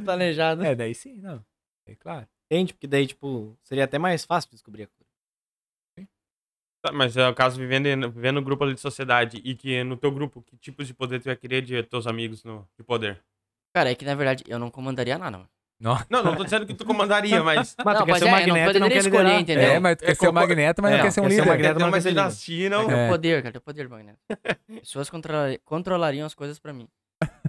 Speaker 3: planejado.
Speaker 5: É, daí sim, não. É claro.
Speaker 1: Entende? Porque daí, tipo, seria até mais fácil descobrir a cura.
Speaker 2: Tá, mas é o caso vivendo, em- vivendo no grupo ali de sociedade e que no teu grupo, que tipos de poder tu ia querer de teus amigos no, de poder?
Speaker 3: Cara, é que na verdade eu não comandaria nada, mano.
Speaker 2: Não, não tô dizendo que tu comandaria, mas.
Speaker 1: Mas tu quer
Speaker 3: pois
Speaker 1: ser o
Speaker 3: é,
Speaker 1: Magneto e não
Speaker 3: poderia
Speaker 1: quer
Speaker 3: escolher,
Speaker 1: liderar.
Speaker 3: entendeu?
Speaker 5: É, mas tu quer
Speaker 2: É
Speaker 5: ser o
Speaker 2: concordo-
Speaker 5: Magneto, mas
Speaker 1: É,
Speaker 5: não quer ser um
Speaker 1: quer ser o
Speaker 5: líder.
Speaker 1: Magneto,
Speaker 2: Quer ter
Speaker 1: não
Speaker 2: uma
Speaker 1: quer ser líder.
Speaker 2: dinastia, não.
Speaker 5: É.
Speaker 3: Teu poder, cara, teu poder, Magneto. Pessoas controla- controlariam as coisas pra mim.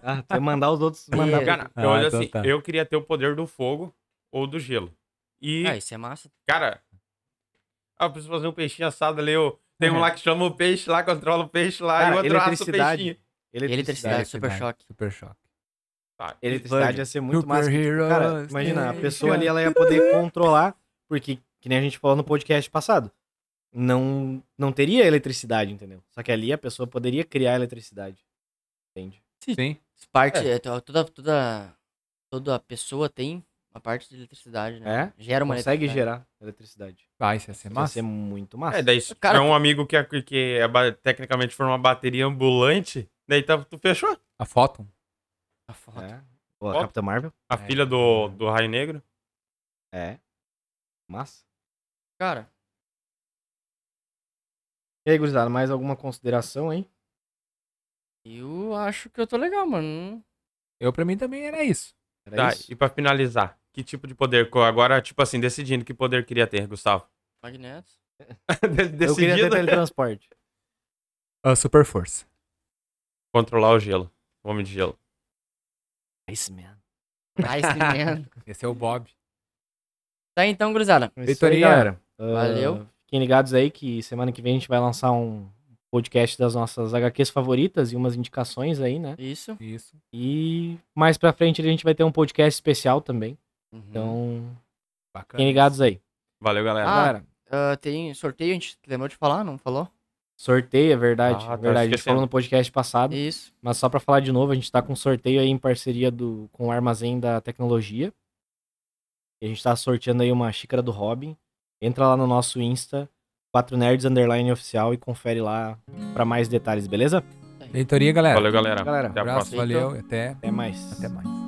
Speaker 1: Ah, tu ia mandar os outros
Speaker 3: É.
Speaker 1: mandar.
Speaker 2: Cara,
Speaker 5: Ah,
Speaker 2: eu olho
Speaker 5: então
Speaker 2: assim,
Speaker 5: tá.
Speaker 2: eu queria ter o poder do fogo ou do gelo. E,
Speaker 3: Ah, isso é massa.
Speaker 2: cara, ah, eu preciso fazer um peixinho assado ali, eu... tem
Speaker 5: É.
Speaker 2: um lá que chama o peixe lá, controla o peixe lá,
Speaker 1: Cara,
Speaker 2: e o outro assa o
Speaker 1: eletricidade.
Speaker 2: peixinho.
Speaker 3: Eletricidade, é super choque.
Speaker 5: Super choque.
Speaker 2: Tá,
Speaker 1: Eletricidade ia ser muito massa.
Speaker 5: Superheroes,
Speaker 3: assim.
Speaker 1: Cara, imagina, a
Speaker 5: é,
Speaker 1: pessoa ali
Speaker 5: cara.
Speaker 1: ela ia poder controlar, porque, que nem a gente falou no podcast passado, não, não teria eletricidade, entendeu? Só que ali a pessoa poderia criar eletricidade. Entende?
Speaker 5: Sim.
Speaker 3: Parte, é, to- toda, toda, toda pessoa tem uma parte de eletricidade, né? Gera uma
Speaker 1: É? Consegue
Speaker 3: eletricidade. É
Speaker 1: gerar eletricidade.
Speaker 5: Vai, isso ia ser
Speaker 1: Vai ser
Speaker 5: massa.
Speaker 1: muito massa.
Speaker 2: É, daí se
Speaker 3: Cara,
Speaker 2: tiver um amigo que, é, que é ba- tecnicamente for uma bateria ambulante, daí tá, tu fechou.
Speaker 5: A foto.
Speaker 3: A foto.
Speaker 1: É. Ó,
Speaker 2: Ó.
Speaker 1: Capitã Marvel?
Speaker 2: A
Speaker 5: É.
Speaker 2: filha do, do Raio Negro.
Speaker 1: É. Massa.
Speaker 3: Cara,
Speaker 1: E aí, gurizada, mais alguma consideração aí?
Speaker 3: eu acho que eu tô legal, mano. Hum,
Speaker 5: Eu, pra mim, também era isso.
Speaker 1: Era
Speaker 2: tá,
Speaker 1: É isso?
Speaker 2: e pra finalizar, que tipo de poder? co- Agora, tipo assim, decidindo que poder queria ter, Gustavo.
Speaker 3: Magneto.
Speaker 2: De-
Speaker 1: Eu queria ter
Speaker 2: Decidido né?
Speaker 1: teletransporte.
Speaker 5: A super força.
Speaker 2: controlar o gelo. O homem de gelo.
Speaker 3: É
Speaker 1: Iceman.
Speaker 3: Iceman.
Speaker 5: Esse é o Bob.
Speaker 3: tá então,
Speaker 1: É
Speaker 3: gurizada.
Speaker 1: isso aí,
Speaker 5: Vitoria,
Speaker 1: galera. Ah,
Speaker 3: valeu.
Speaker 1: Fiquem ligados aí que semana que vem a gente vai lançar um podcast das nossas HQs favoritas e umas indicações aí, né?
Speaker 3: Isso.
Speaker 5: Isso.
Speaker 1: E mais pra frente a gente vai ter um podcast especial também.
Speaker 2: Hum.
Speaker 3: Uhum.
Speaker 1: Então,
Speaker 5: Bacana.
Speaker 1: fiquem ligados aí.
Speaker 2: Valeu, galera.
Speaker 3: Ah,
Speaker 1: Galera,
Speaker 3: Ah, tem sorteio, a gente lembrou de falar, não falou?
Speaker 1: sorteio, é verdade.
Speaker 2: Ah, tá
Speaker 1: é verdade. A gente
Speaker 2: esquecendo.
Speaker 1: falou no podcast passado.
Speaker 3: Isso.
Speaker 1: Mas só pra falar de novo, a gente tá com sorteio aí em parceria do, com o Armazém da Tecnologia. E a gente tá sorteando aí uma xícara do Robin. Entra lá no nosso Insta, 4nerds underline oficial e confere lá pra mais detalhes, beleza?
Speaker 5: Leitoria, galera.
Speaker 2: Valeu, galera.
Speaker 1: é, Galera,
Speaker 2: Até a
Speaker 5: abraço,
Speaker 2: próxima.
Speaker 5: valeu. Até,
Speaker 1: Até mais.
Speaker 5: até mais.